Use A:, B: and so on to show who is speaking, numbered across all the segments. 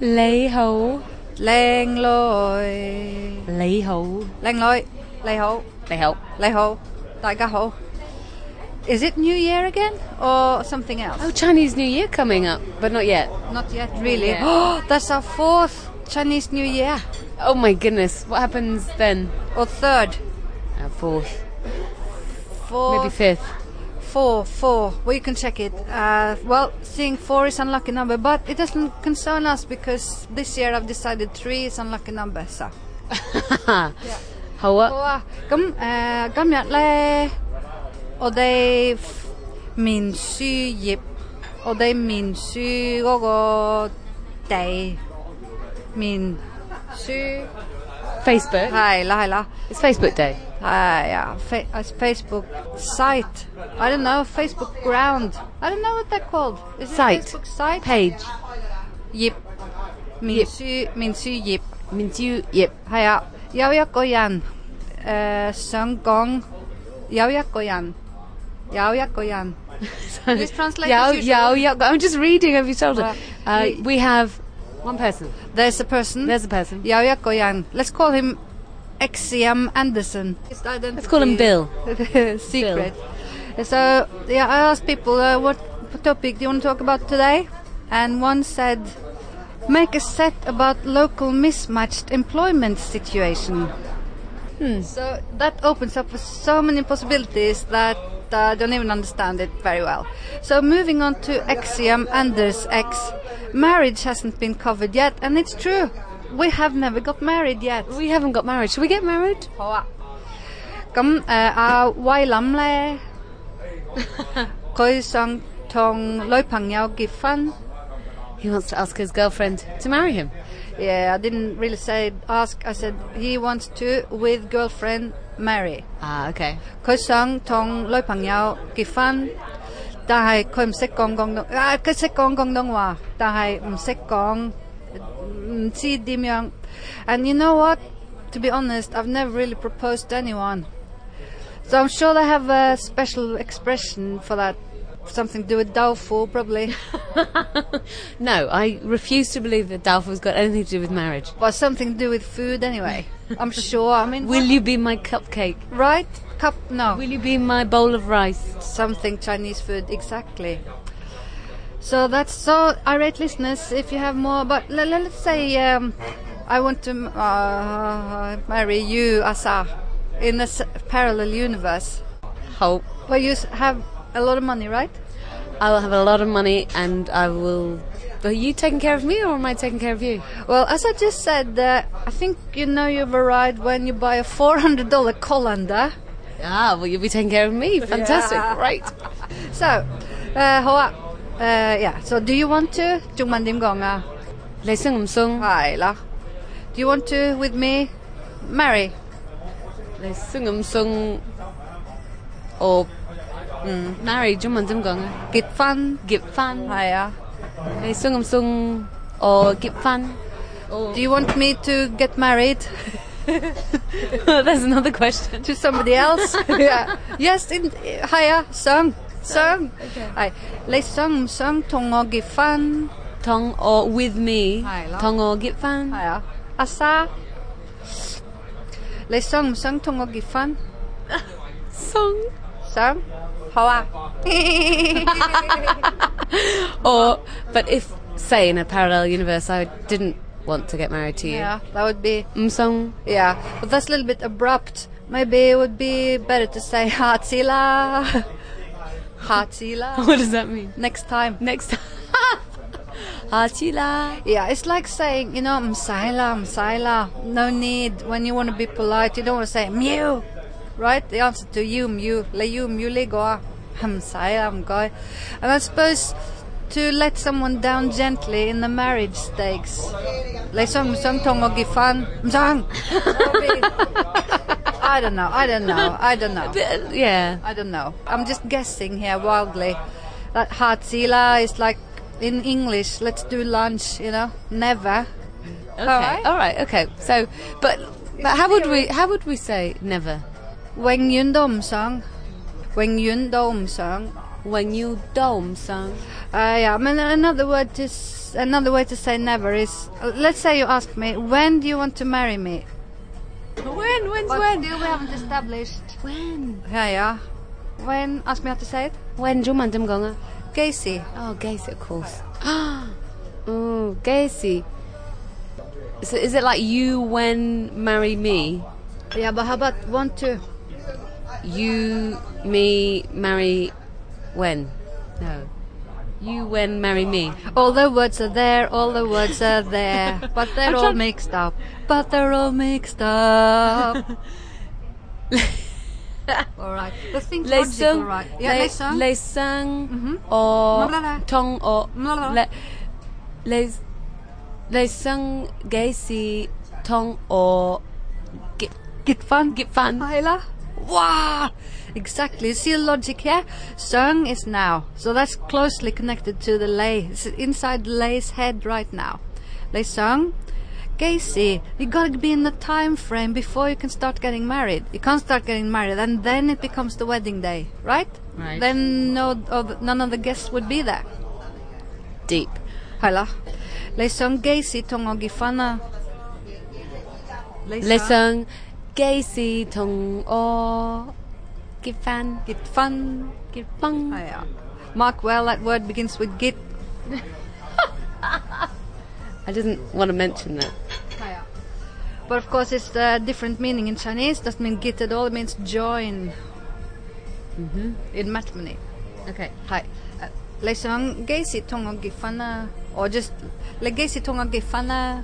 A: 你好，
B: 靚女，
A: 你好，
B: 靚女，你好，
A: 你好。
B: 你好，大家好。Is it New Year again or something else?
A: Oh, Chinese New Year coming up, but not yet.
B: Oh, Not yet, really.
A: Yeah.
B: Oh, that's our fourth Chinese New Year
A: Oh my goodness, what happens then?
B: or third.
A: Uh, fourth,
B: Four,
A: maybe fifth.
B: four, four. Well, you can check it. Uh, well, seeing four is unlucky number, but it doesn't concern us because this year I've decided three is unlucky number. So.
A: 好啊，
B: eh, 好啊，咁誒、呃、今日咧，我哋面書業，我哋面書嗰個地面書係啦係啦，係
A: Facebook.
B: 啊，Fa-
A: It's Facebook Day.
B: Eh, it's Facebook site. I don't know Facebook ground. I don't know what they're called. Is it
A: Site.
B: Facebook site?
A: Page.
B: 業面書面書業。
A: Means you. Yep.
B: 係啊，有一個人誒、呃想講，有一個人，有一個人 Please translate
A: Yao,
B: as usual.
A: yao, yao. I'm just reading over your shoulder. Uh,
B: y-
A: we have one person.
B: ，there's a person，
A: There's a person.
B: 有一個人，let's call him XM Anderson。
A: Let's call him Bill.
B: Secret. So yeah, I asked people uh, what topic do you want to talk about today, and one said, make a set about local mismatched employment situation. So that opens up for so many possibilities that uh, don't even understand it very well. So moving on to Axiom Anders X, marriage hasn't been covered yet, and it's true. We have never got married yet.
A: We haven't got married. Should we get married?
B: 好啊。咁誒阿威林咧，佢想同女朋友結婚。
A: He wants to ask his girlfriend to marry him.
B: Yeah, I didn't really say ask. I said he wants to with girlfriend marry.
A: Ah, okay.
B: 佢想同女朋友結婚，但係佢唔識講廣東，啊佢識講廣東話，但係唔識講，唔知點樣。And you know what? To be honest, I've never really proposed to anyone. So I'm sure they have a special expression for that. Something to do with doubtful, probably.
A: No, I refuse to believe that Dalfo's got anything to do with marriage.
B: but something to do with food anyway. I'm sure. I mean,
A: Will you be my cupcake?
B: right? Cup? No.
A: Will you be my bowl of rice?
B: something Chinese food exactly. So that's so irate listeners. If you have more, but l- let's say um, I want to uh, marry you, Asa, in a s- parallel universe
A: Hope.
B: where you s- have a lot of money, right?
A: I will have a lot of money and I will. Are you taking care of me or am I taking care of you?
B: Well, as I just said, uh, I think you know you've arrived when you buy a four hundred dollar colander.
A: Ah, well, you'll be taking care of me. Fantastic.
B: Yeah.
A: Great.
B: So, uh, Hoa, uh, yeah. So, do you want to? Chung man dim gong ah.
A: Lê Sung Om Sung.
B: Hi, lah. Do you want to with me marry?
A: Lê Sung Om Sung. Or. Mm, marry Jung Man Dim Gong.
B: Get fun.
A: Gip Fan.
B: Hi, yeah.
A: Lê Sung Om Sung. Or Gip Fan. Or.
B: Do you want me to get married
A: There's another question.
B: to somebody else? yeah. Yes, in hiya, sung. Sung. Hi. Lay sung sung tong o get fun.
A: Tong or with me.
B: Hay lắm.
A: Tong or Gip Fan.
B: Hiya. Asa. Lay sung sung tong o get fun.
A: Sung.
B: Sung. Hoa.
A: Or, but if, say, in a parallel universe, I didn't want to get married to you. Mm,
B: yeah, that would be
A: Msong.
B: Yeah, but that's a little bit abrupt. Maybe it would be better to say Hatsila. Hatsila.
A: What does that mean?
B: Next time.
A: Next time. Achila.
B: Yeah, it's like saying, you know, Msaila, Msaila. No need. When you want to be polite, you don't want to say Mew. Right? The answer to you, Mew. Le you, Mew, le goa. Msaila, mgoi. And I suppose to let someone down gently in the marriage stakes. Le song, msong tong o gifan. Msong! I don't know. I don't know. I don't know.
A: But, yeah.
B: I don't know. I'm just guessing here wildly. That Hatsila is like in English, let's do lunch, you know? Never.
A: Okay.
B: right.
A: All right. Okay. So, but, but how would we how would we say never?
B: Weng Yun Dom Song. Weng Yun Dom Song.
A: When you dom song.
B: Uh, yeah, I mean another word to s- another way to say never is uh, let's say you ask me when do you want to marry me?
A: When? When's
B: But
A: when?
B: still we haven't established.
A: When?
B: Yeah, yeah. When? Ask me how to say it.
A: When Juman Dimgonga?
B: Casey.
A: Oh, Gacy, of course. oh, Gacy. So is it like you when marry me?
B: Yeah, but how about want to?
A: You, me, marry when? No. You when marry me?
B: All the words are there. All the words are there, but they're all
A: trying-
B: mixed up. But they're all mixed up. all right. But think
A: Lei
B: logical,
A: Sung,
B: right? Yeah,
A: Lei,
B: Lei Sung.
A: Lei Sung,
B: Blah,
A: or
B: blah, blah.
A: Tong, or
B: Blah, blah, blah.
A: Le, Lei, Lei Sung, Gacy, Tong, or Git,
B: Get fun.
A: Git Fan.
B: Ayla? Wow! Exactly. You see the logic here? Sung is now. So that's closely connected to the lay. It's inside lay's head right now. Lay sung. Casey, you gotta be in the time frame before you can start getting married. You can't start getting married and then it becomes the wedding day, right?
A: Right.
B: Then no, of, none of the guests would be there.
A: Deep.
B: Hala. Lay sung Casey tongogifana.
A: Lei Sung, Gacy, Tong, or Git Fan.
B: Get fun.
A: Git Fang.
B: Ah, yeah. Mark well, that word begins with git.
A: I didn't want to mention that.
B: But of course, it's a different meaning in Chinese. Doesn't mean git at all. It means join in matrimony.
A: Okay.
B: Hi. Uh, Lei song gei si tonga gifana, or just le gei si tonga gifana.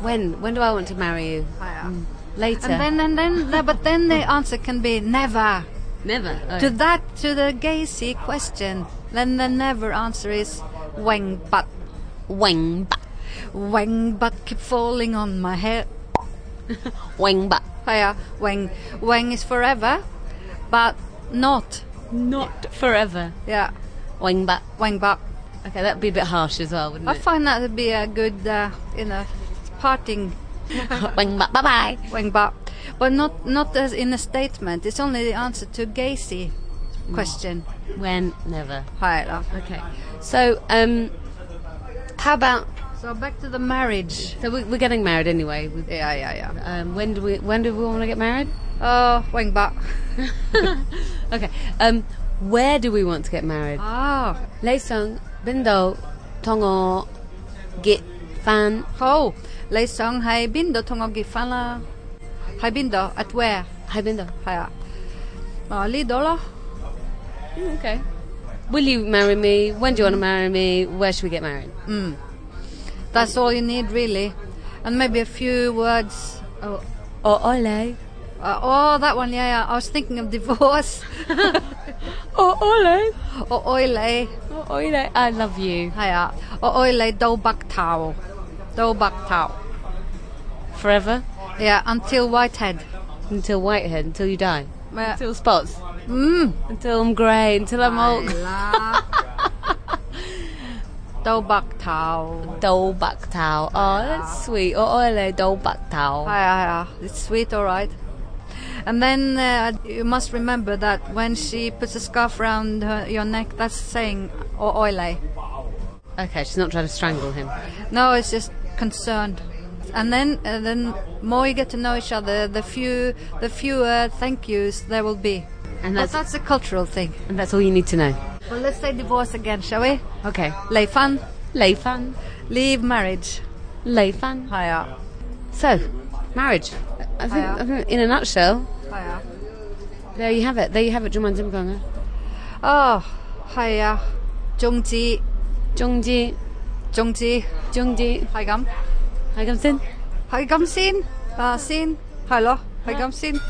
A: When? When do I want to marry you?
B: And
A: Later.
B: then Mm. and then, the- but then the answer can be never.
A: Never. Oh.
B: To that, to the gei si question, then the never answer is weng but,
A: Wang ba.
B: weng but keep falling on my head.
A: Wang ba.
B: Hiya, weng, weng is forever, but not.
A: Not forever.
B: Yeah,
A: Wang ba.
B: weng but.
A: Okay, that'd be a bit harsh as well, wouldn't
B: I
A: it?
B: find that to be a good, uh, you know, parting
A: Wang ba. Bye bye.
B: wang ba, but not not as in a statement. It's only the answer to Gacy question.
A: When? Never.
B: Hi, love.
A: Okay. So, um, how about?
B: So back to the marriage.
A: So we, we're getting married anyway. We,
B: Yeah, yeah, yeah.
A: um, when do we? When do we want to get married?
B: Oh, wang ba.
A: okay. Um, where do we want to get married?
B: Ah,
A: Lei Sung, Bindo, Tongo, Git, Fan.
B: ho. Lei song Oh. hai bindo tongo gifana. Hai bindo at where?
A: Hi Bindo.
B: Hiya. Ah, li dolo.
A: Mm, Okay. Will you marry me? When do you want to marry me? Where should we get married?
B: Mm. That's all you need really, and maybe a few words.
A: Oh, oh, ole.
B: Uh, oh, that one. Yeah, yeah. I was thinking of divorce.
A: Oh, ole.
B: og oile
A: Oh, ole. I love you
B: her, og oile dog bak tau. Dog bak tau.
A: forever
B: Yeah, until Whitehead.
A: until whitehead, until you die,
B: Men-
A: until spots,
B: Mm.
A: until I'm grey, until I'm old.
B: Ejla. Dog bak tau.
A: Dou bak tao. Oh, that's sweet. Oh, ole. Dou bak tao.
B: Yeah, yeah, yeah. It's sweet, all right. And then uh, you must remember that when she puts a scarf around her, your neck, that's saying o oile.
A: Okay, she's not trying to strangle him.
B: No, it's just concerned. And then, uh, then more you get to know each other, the few, the fewer thank yous there will be.
A: And
B: But
A: that's
B: that's a cultural thing.
A: and that's all you need to know.
B: Well, let's say divorce again, shall we?
A: Okay.
B: Lei fan,
A: Lei fan.
B: leave marriage.
A: Lei fan.
B: Hiya.
A: So, marriage. I think, I think in a nutshell,
B: Hiya.
A: there you have it. There you have it, Juman Zimgonga.
B: Oh, hiya. Zhongji,
A: Zhongji,
B: Zhongji,
A: Zhongji,
B: haigam.
A: Haigamsin.
B: Haigam sin, ba sin. Hello, haigam sin.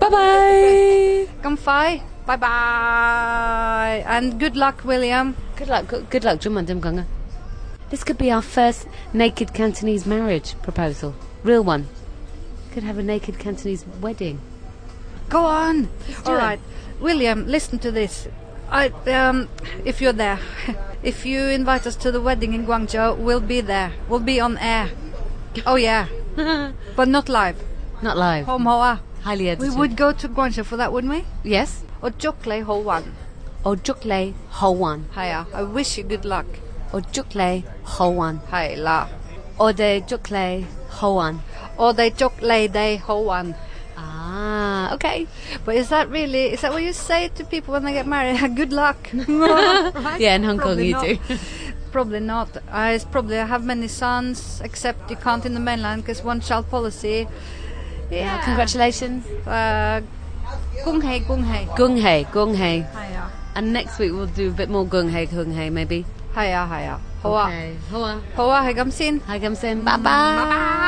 A: Bye bye.
B: Gam fai. Bye bye. And good luck, William.
A: Good luck, good, good luck, Juman Dimgonga. This could be our first naked Cantonese marriage proposal. Real one. Could have a naked Cantonese wedding.
B: Go on.
A: do
B: All
A: it.
B: right, William, listen to this. I, um, if you're there, if you invite us to the wedding in Guangzhou, we'll be there. We'll be on air. Oh yeah, but not live.
A: Not live.
B: Home hoa.
A: Highly
B: We
A: edited.
B: would go to Guangzhou for that, wouldn't we?
A: Yes.
B: Or Chocolate Ho Wan.
A: Ojukle Howan.
B: Hiya. I wish you good luck.
A: Ojukle Howan.
B: Hi la.
A: Ode Jukle Howan.
B: Or they chok lay they hoan.
A: Ah, okay.
B: But is that really is that what you say to people when they get married? good luck.
A: Yeah, in Hong Kong
B: Probably
A: you
B: not.
A: do.
B: Probably not. I it's probably I have many sons, except you can't in the mainland because one child policy. Yeah.
A: Congratulations.
B: Uh, gung hei, gung hei.
A: Gung hei, gung hei.
B: Hiya.
A: And next week we'll do a bit more gung hei, gung hei maybe.
B: Hiya, hiya. Hoa.
A: Hoa.
B: Hoa hei gam sin.
A: Hi, Gamsin. Bye bye.
B: Bye.